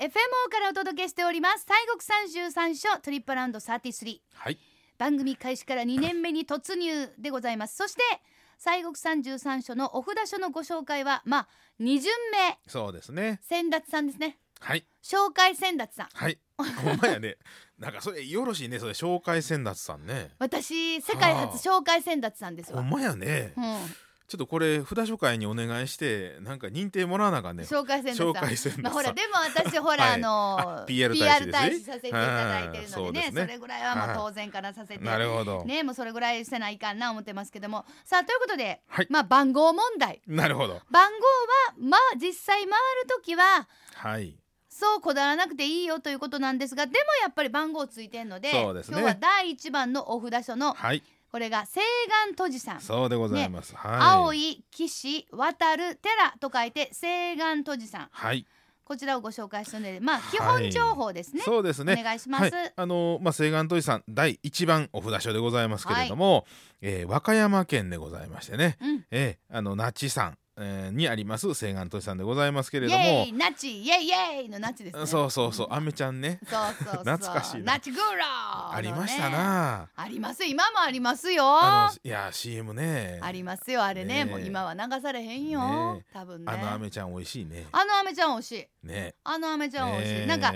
FMO からお届けしております西国三十三所トリップアラウンド33はい番組開始から2年目に突入でございますそして西国三十三所のお札所のご紹介はまあ二巡目そうですね先達さんですねはい紹介先達さん はいほんまやねなんかそれよろしいねそれ紹介先達さんね私世界初紹介先達さんですほわ、んまやねうん、ちょっとこれ札所会にお願いしてなんか認定もらわなあかんね紹介先達さん紹介先達さんまあ、ほらでも私ほら、はいあのあ PR 大使 PR ですね大使させていただいてるあーそのうでねですねそれぐらいはもう当然からさせてなるほど、ねもうそれぐらいせないかんな思ってますけどもさあということで、はいまあ番号問題なるほど番号はまあ実際回る時ははいそうこだわらなくていいよということなんですがでもやっぱり番号ついてんのでそうですね今日は第一番のお札所のはいこれが西岸とじさん、そうでございます、はい青い岸渡る寺と書いて西岸とじさんはいこちらをご紹介するのでまあはい基本情報ですね、そうですねお願いします、はい、あのーまあ西岸都市さん第一番お札所でございますけれども、えー和歌山県でございましてね、うんえー、あの那智山、えーにあります西岸都市さんでございますけれイどエもイ、ナチイエイイエイのナチですねそうそうそうあめちゃんねそうそうそう懐かしいなナチグーロー、ありました。なあります今もありますよ。ああのいや CM ねりますよあれねねもえう今は流されへんよ、ね多分ね。あのあめちゃん美味しいねあのアメちゃん美味しい。ねあのアメちゃん美味しい。ねなんか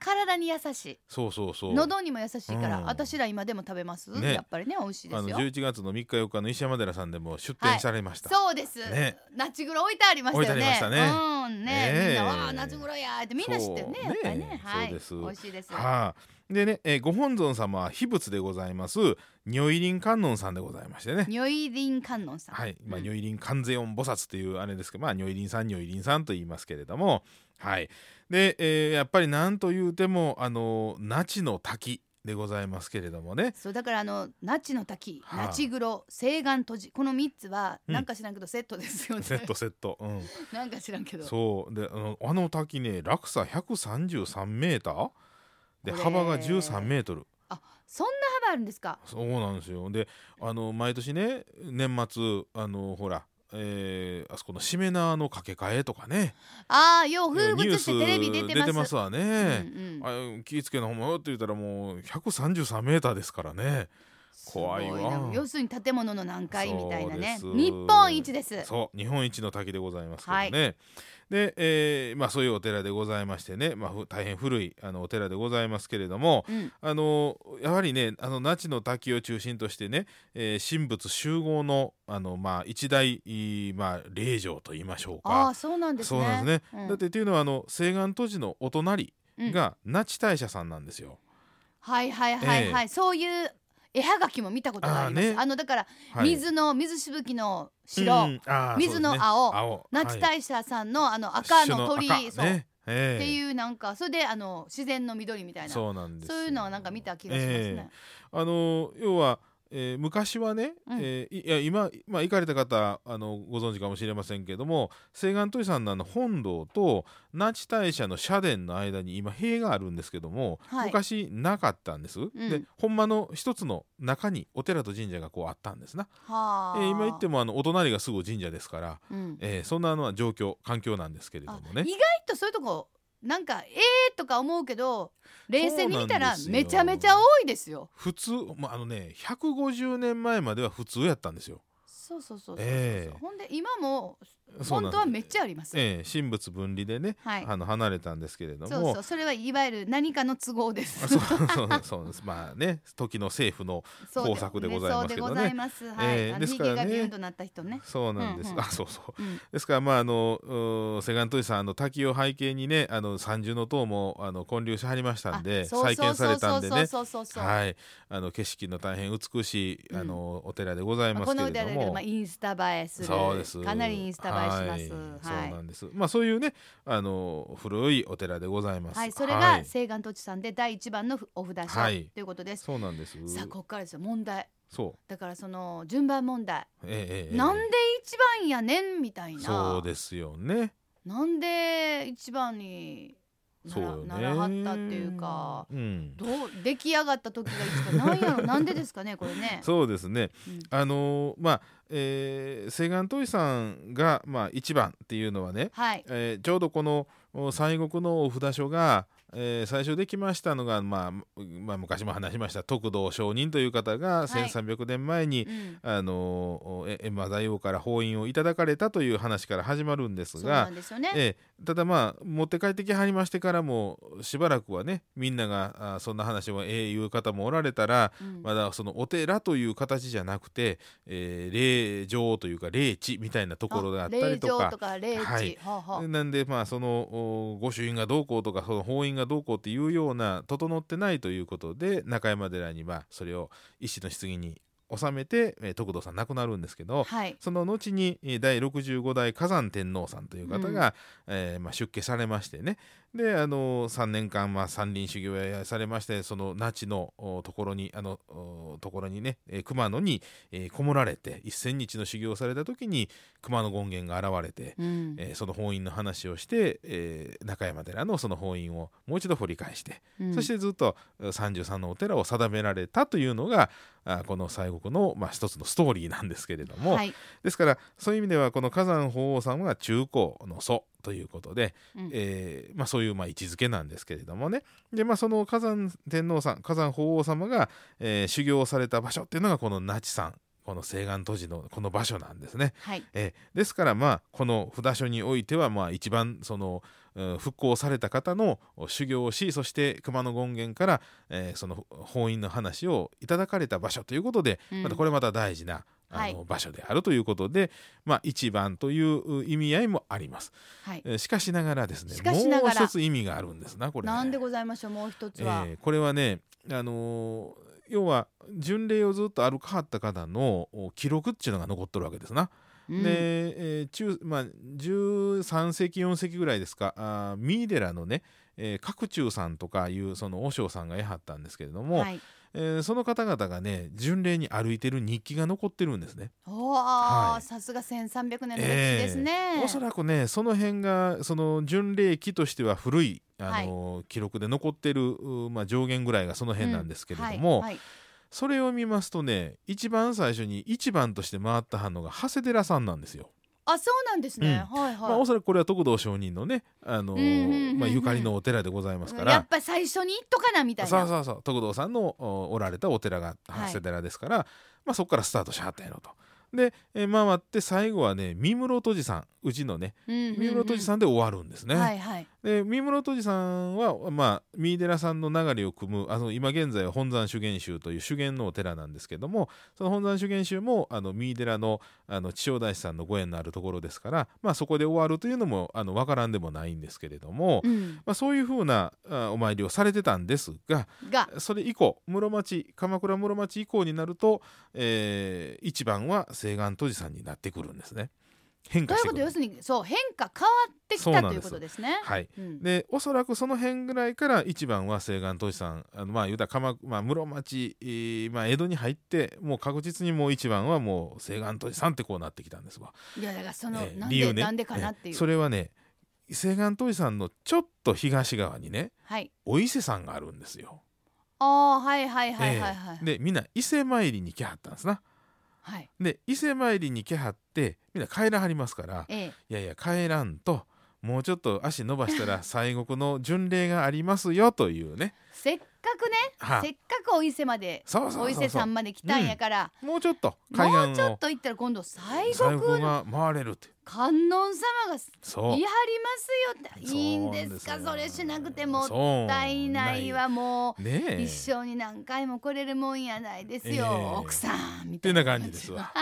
体に優しい。そうそうそう喉にも優しいから、うん私ら今でも食べます、ねやっぱりね美味しいであすのよ。 11月の3日4日の石山寺さんでも出店されました、そうです、ねナチグロ置いてありましたよね。置いてありましたうんね、ねえみんなわあナチグロやーってみんな知ってるねそうやっぱりねねえはいそうです美味しいです。はあ、でね、えーご本尊様は秘仏でございます如意輪観音さんでございましてね如意林観音さん。はい、まあ、うん如意輪観世音菩薩というあれですけど、まあ、如意輪さん如意輪さんと言いますけれどもはいで、えーやっぱりなんというてもあの那智の滝でございますけれど もねそうだからあの那智の滝、はあ那智グロ、西岸とじこの三つはうんなんか知らんけどセットですよね。セットセット、うん、なんか知らんけど。そうであのあの滝ね落差133メーターでこれ幅が13メートルそんな幅あるんですか。そうなんですよであの毎年ね年末あのほらえーあそこのしめ縄の掛け替えとかねああ、よう風ニュ物ーしスてテレビ出てます。わうんね、うんあ気ぃつけなほんまよって言ったらもう133メーターですからね怖いわすごな要するに建物の何階みたいなね。そうです日本一です。そう日本一の滝でございますけどね、で、えーまあ、そういうお寺でございましてね、まあ、ふ大変古いあのお寺でございますけれどもうん、あのやはりねあの那智の滝を中心としてね、えー神仏集合のあの、まあ、一大、いいまあ、霊場と言いましょうあかあ、。そうなんですね。そうなんですね、うんだってっていうのはあの西岸都市のお隣が那智大社さんなんですよ。はいはいはいはい、そういう絵はがきも見たことがあります。ああ,、ーねのだから、はい水の水しぶきのうん白、うんあー水のそうですね青青那智はい大社さんのあの赤の鳥、一緒の赤そう。ねえってういうなんかそれであの自然の緑みたいなそうそうなんですよいうのはなんか見た気がしますえね。えあの要は、えー昔はね、うんえーいいや今、まあ、行かれた方あのご存知かもしれませんけども西岸都市さんのあの本堂と那智大社の社殿の間に今塀があるんですけども、はい昔なかったんです、んでほんまの一つの中にお寺と神社がこうあったんですな、はえあ、ー今行ってもあのお隣がすぐ神社ですから、うんえーそんなあの状況環境なんですけれどあもね意外とそういうとこなんかええとか思うけど冷静に見たらそうなんですよめちゃめちゃ多いですよ。普通、まあ、あのね150年前までは普通やったんですよ。そうそうそうそうそう、ええほんで今もそう本なん当はめっちゃあります。ええ、神仏分離でね、はい。あの離れたんですけれどもそうそうそれはいわゆる何かの都合です。あそうそうそうそうですまあね時の政府の そうで工作でございますけどねそうでございます。はい。ええあのですからね髭がビューンとなった人ね。そうなんです、うんうんあそうそううん、ですからまああのうーセガントイさんあの滝を背景にねあの三重の塔もあの建立しはりましたんであそう再建されたんでねそうそうそうそうそうそうはいあの景色の大変美しいあの、お寺でございまあまこすけのれ歌どで、も、まあ、インスタ映えするそうですかなりインスタ映えしますはいはそうないんですまあそういうねあの古いお寺でございますはい、それはがい西岸土地さんで第一番のお札所、はいということですそうなんですさあここからですよ問題そうだからその順番問題、ええええええなんで一番やねんみたいなそうですよね。なんで一番になそうら,、よね。ならはったっていうかうん。どう出来上がった時がいつかなんや ろなんでですかねこれねそうですね。うんあのーまあ、えー、西岸トイさんがまあ一番っていうのはね、はいえーちょうどこのお西国のお札所が、えー最初できましたのが、まあまあ、昔も話しました徳道上人という方がはい1300年前に、うん、あのーえ閻魔大王から封印をいただかれたという話から始まるんですそうながんですよね。ええただまあ持って帰ってきはりましてからもしばらくはねみんながあそんな話をええ言う方もおられたらうんまだそのお寺という形じゃなくて、えー霊場というか霊地みたいなところであったりと霊場かとか霊地、はいはあはあなんでまあそのお御朱印がどうこうとかその法印がどうこうっていうような整ってないということで中山寺にまあそれを医師の棺に収めて、えー徳堂さん亡くなるんですけどはい、その後にえー第65代火山天皇さんという方が、えーまあ、出家されましてねであの3年間、まあ、山林修行やされましてその那智のおところにあのおところにね、えー熊野に、えーこもられて1,000日の修行をされた時に熊野権現が現れて。うんえーその法院の話をして、えー中山寺のその法院をもう一度掘り返して、うんそしてずっとえー33のお寺を定められたというのがあーこの西国の、まあ、一つのストーリーなんですけれども、はいですからそういう意味ではこの火山法王さんは中高の祖ということで、うんえーまあ、そういうまあ位置づけなんですけれどもねで、まあ、その火山天皇さん火山法王様が、えー修行された場所っていうのがこの那智山この西岸都市のこの場所なんですね。はいえーですからまあこの札所においてはまあ一番そのうん復興された方の修行をしそして熊野権現から、えーその法院の話をいただかれた場所ということで、うんまたこれまた大事なあはいの場所であるということで、まあ、一番という意味合いもあります。はい、えーしかしながらですねしかしなもうがら一つ意味があるんですなこれ、ね。なんでございましょうもう一つは、えーこれはね、あのー要は巡礼をずっと歩かはった方のお記録っていうのが残っとるわけですな。うんで、えー中まあ、13世紀4世紀ぐらいですかあー三井寺のね、えー角中さんとかいうその和尚さんがやはったんですけれども、はい、えーその方々がね巡礼に歩いてる日記が残ってるんですね。おお、はいさすが1300年の歴史ですね、おそらくねその辺がその巡礼記としては古い、あのー記録で残ってる、うまあ、上限ぐらいがその辺なんですけれども、うんはいはいそれを見ますとね一番最初に一番として回った反応が長谷寺さんなんですよ。あそうなんですね、はいはい、まあ、おそらくこれは徳道上人のね、あのーうんうんうんうんまあ、ゆかりのお寺でございますかやっら、ぱり最初に行っとかなみたいなそうそうそう徳道さんのおおられたお寺がはい長谷寺ですから、まあ、そこからスタートしはったんやろと。で、えー回って最後はね三室戸寺さんうちのねうんうん三室戸寺さんで終わるんですね。はいはいで三室戸寺さんは、まあ、三井寺さんの流れを組むあの今現在は本山修験宗という修験のお寺なんですけどもその本山修験宗もあの三井寺のあの千代大師さんのご縁のあるところですから、まあ、そこで終わるというのもあの分からんでもないんですけれども、うん、まあ、そういうふうなあお参りをされてたんですががそれ以降室町鎌倉室町以降になると、えー一番は西岸戸寺さんになってくるんですね。変ど化ういしうこてくとる要するにそう変化変わってきそうなたんでとすいうことですね。はいうんでおそらくその辺ぐらいから一番は西岸都市さんあのまあ言うたら鎌、まあ、室町、えーまあ、江戸に入ってもう確実にもう一番はもう西岸都市さんってこうなってきたんですわ。いやだからその、えーなん理で、由ねなんでかなっていえーう。それはね西岸都市さんのちょっと東側にねはい。お伊勢さんがあるんですよ。ああはいはいはいはいはえーい。でみんな伊勢参りに来はったんですな。はい。で伊勢参りに来はってみんな帰らはりますからええいやいや帰らんともうちょっと足伸ばした ら西国の巡礼がありますよというね。せっかくね、はせっかくお伊勢まで、そうそうそうそうお伊勢さんまで来たんやから、もうちょっと海もう岸ちょっをと行ったら今度西西国国が回れるって観音様が。そ言うい張りますよってそういいんですかよそれしなくてもったいないはもそうねうえ一生に何回も来れるもんやないですよ、ええ奥さんみったていなな感じで すわ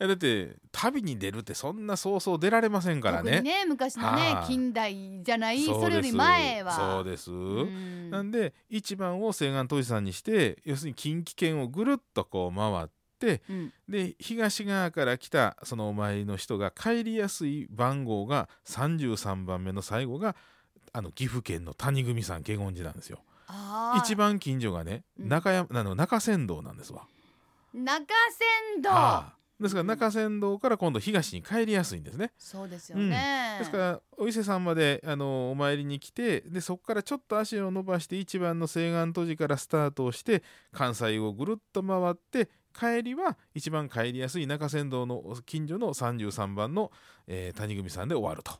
いやだって旅に出るってそんなそうそう出られませんから特にねね昔のねはい近代じゃないそうですそれより前はそうです、うんなんで一番を西岸都市さんにして要するに近畿圏をぐるっとこう回ってうんで東側から来たそのお参りの人が帰りやすい番号が33番目の最後があの岐阜県の谷組さん華厳寺なんですよ。あー一番近所がねうん中山、あの中山道なんですわ。中山道、はあですから中山道から今度東に帰りやすいんですね。そうですよね、ですからお伊勢さんまであのお参りに来てでそこからちょっと足を伸ばして一番の西岸都市からスタートをして関西をぐるっと回って帰りは一番帰りやすい中山道の近所の33番の、えー谷組さんで終わると。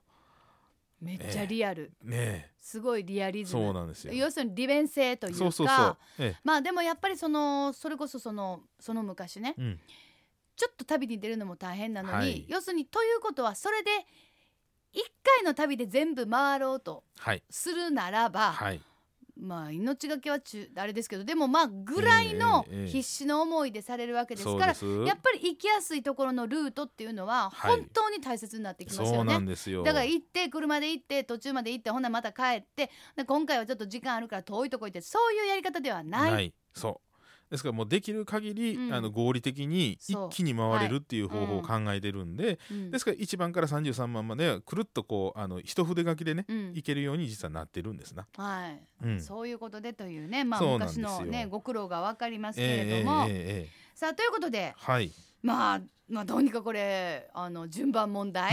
めっちゃリアル、ねすごいリアリえズムそうなんですよ要するに利便性というかそうそうそう、えまあでもやっぱりそのそれこそそのその昔ねえうん、ちょっと旅に出るのも大変なのに、はい要するにということはそれで一回の旅で全部回ろうとはいするならば、はいまあ命がけはちゅあれですけどでもまあぐらいのええええ必死の思いでされるわけですそかうら、ですやっぱり行きやすいところのルートっていうのははい本当に大切になってきますそようね。なんですよだから行って車で行って途中まで行ってほなまた帰ってで今回はちょっと時間あるから遠いとこ行ってそういうやり方ではない。ないそうですからもうできる限り、うんあの合理的に一そう気に回れるっていう方法を考えてるんで、うんですから1番から33番までくるっとこうあの一筆書きでね、うんいけるように実はなってるんですな。はい、うんそういうことでというね、まあ、そうなんで昔すの、よね、ご苦労が分かりますけええれども、ええええええさあということで、はいまあ、まあどうにかこれあの順番問 題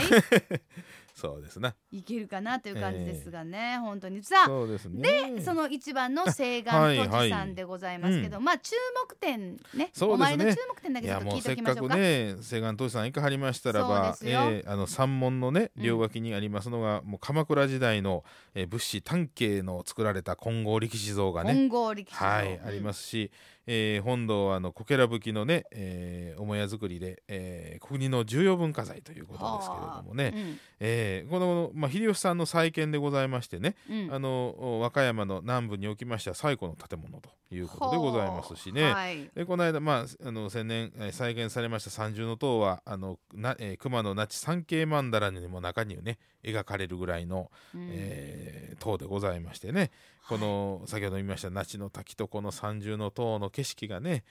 そうですね。いけるかなという感じですがね、本当にさあそうですね。その一番の西岸はいとじさんでございますけど、まあ注目点ねそおうですね前の注目点だいけちょやっとも聞ういてせおっきまかしょうくか。ね西岸投資さん行かはりましたらば、そうですよええあの山門のねうん両脇にありますのが、もう鎌倉時代の、えー、物資丹慶の作られた金剛力士像がね金剛力士のはい、ありますし、えー本堂はあのこけらぶきのね、えー、母屋作りで、えー国の重要文化財ということですけれどもね、えーこの、まあ、秀吉さんの再建でございましてね、うんうんあの和歌山の南部におきましては最古の建物ということでございますしほねう。はいでこの間、まあ、あの先年、えー再現されました三重の塔はあのな、えー熊野那智三景曼荼羅にも中にね描かれるぐらいの、うんえー塔でございましてねこの先ほど言いました那智の滝とこの三重の塔の景色がね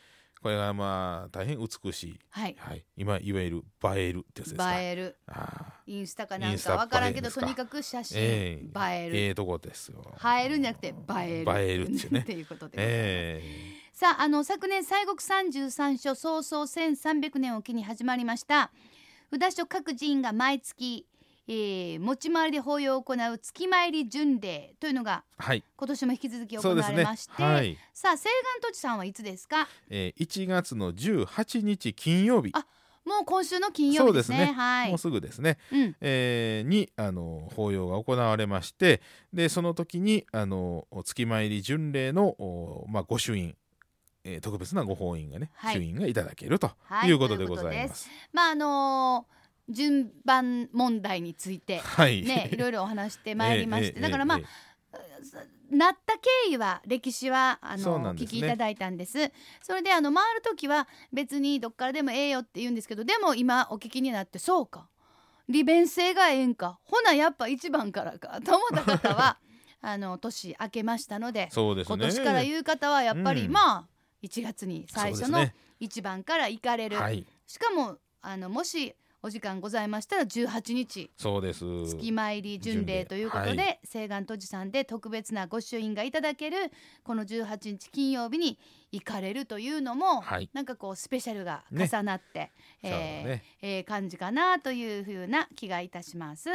これがまあ大変美しい、はい、はい、今いわゆる映えるってやつですか映えるあインスタかなイんンスかタわからん映けえどですとかにかく写真え映ええるええとこですよ映えるんじゃなくて映える映えるっていうねっていうことで、えさああの昨年西国三十三所創創1300年を機に始まりました札所各寺院が毎月、えー、持ち回りで法要を行う月参り巡礼というのがえはい今年も引き続きそ行うでわすれねまして、はい、さあ西岸土地さんはいつですかえー、1月の18日金曜日あもう今週の金曜日ですねそうですねはいもうすぐですね、うんえーにあの法要が行われましてでその時にあの月参り巡礼の、おまあ、ご朱印、えー特別なご法印がね、はい朱印がいただけるとはいいうことでございます。まああのー順番問題についてはい、ねいろいろお話してまいりまして、 えーえーだからまあ、えーなった経緯は歴史はあその、うなおんで聞すきねいただいたんですそれであの回る時は別にどっからでもええよって言うんですけどでも今お聞きになってそうか利便性がええんかほなやっぱ一番からかと思った方 はあの年明けましたのでそうですね今年から言う方はやっぱり、うんまあ1月に最初そうのですね一番から行かれる、はいしかもあのもしお時間ございましたら18日そうです月参り巡礼ということ巡礼はで西岸都知さんで特別なご朱印がいただけるこの18日金曜日に行かれるというのも、はいなんかこうスペシャルがね重なって、そうだえーねえー感じかなというふうな気がいたします。